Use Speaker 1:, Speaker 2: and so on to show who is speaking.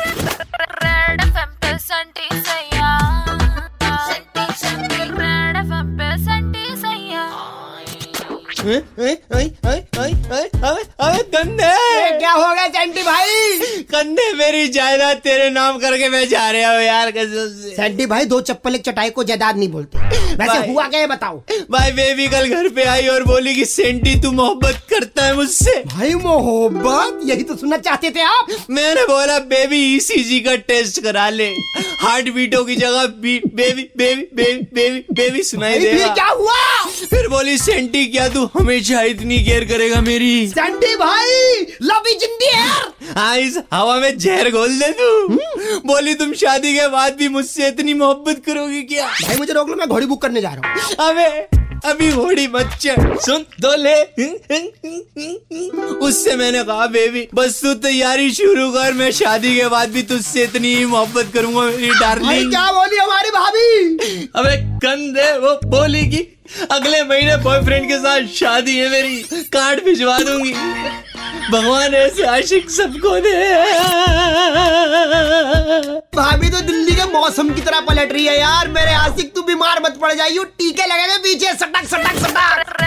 Speaker 1: Red FM पे संटी सैया संटी संटी रेड एफएम पे संटी सैया
Speaker 2: अरे अरे अरे अरे अरे अरे अरे गंदे
Speaker 3: क्या हो गया चंटी भाई
Speaker 2: गंदे मेरी जायदाद तेरे नाम करके मैं जा रहा हूँ यार कसम से
Speaker 3: चंटी भाई दो चप्पल एक चटाई को जायदाद नहीं बोलते वैसे
Speaker 2: भाई।
Speaker 3: हुआ क्या है बताओ
Speaker 2: भाई बेबी कल घर पे आई और बोली कि सेंटी तू मोहब्बत करता है मुझसे
Speaker 3: भाई मोहब्बत यही तो सुनना चाहते थे आप
Speaker 2: मैंने बोला बेबी ईसीजी का टेस्ट करा ले हार्ट बीटों की जगह बी, baby baby baby baby baby सुनाई
Speaker 3: ये
Speaker 2: देगा
Speaker 3: क्या हुआ
Speaker 2: फिर बोली सेंटी क्या तू हमेशा इतनी केयर करेगा मेरी
Speaker 3: चंटी भाई लव इज इन
Speaker 2: हाँ इस हवा में जहर घोल दे
Speaker 3: हम्म।
Speaker 2: तू बोली तुम शादी के बाद भी मुझसे इतनी मोहब्बत करोगी क्या
Speaker 3: भाई मुझे रोक लो मैं घोड़ी बुक करने जा रहा हूँ
Speaker 2: अबे अभी होड़ी बच्चे सुन तो ले उससे मैंने कहा बेबी बस तू तैयारी शुरू कर मैं शादी के बाद भी तुझसे इतनी ही मोहब्बत करूंगा मेरी
Speaker 3: भाई
Speaker 2: डार्लिंग
Speaker 3: क्या बोली हमारी भाभी
Speaker 2: अबे कंधे वो बोली कि अगले महीने बॉयफ्रेंड के साथ शादी है मेरी कार्ड भिजवा दूंगी भगवान ऐसे आशिक सबको दे
Speaker 3: भाभी तो दिल्ली के मौसम की तरह पलट रही है यार मेरे आशिक तू बीमार मत पड़ जाइयो टीके लगेंगे पीछे सटक सटक सटक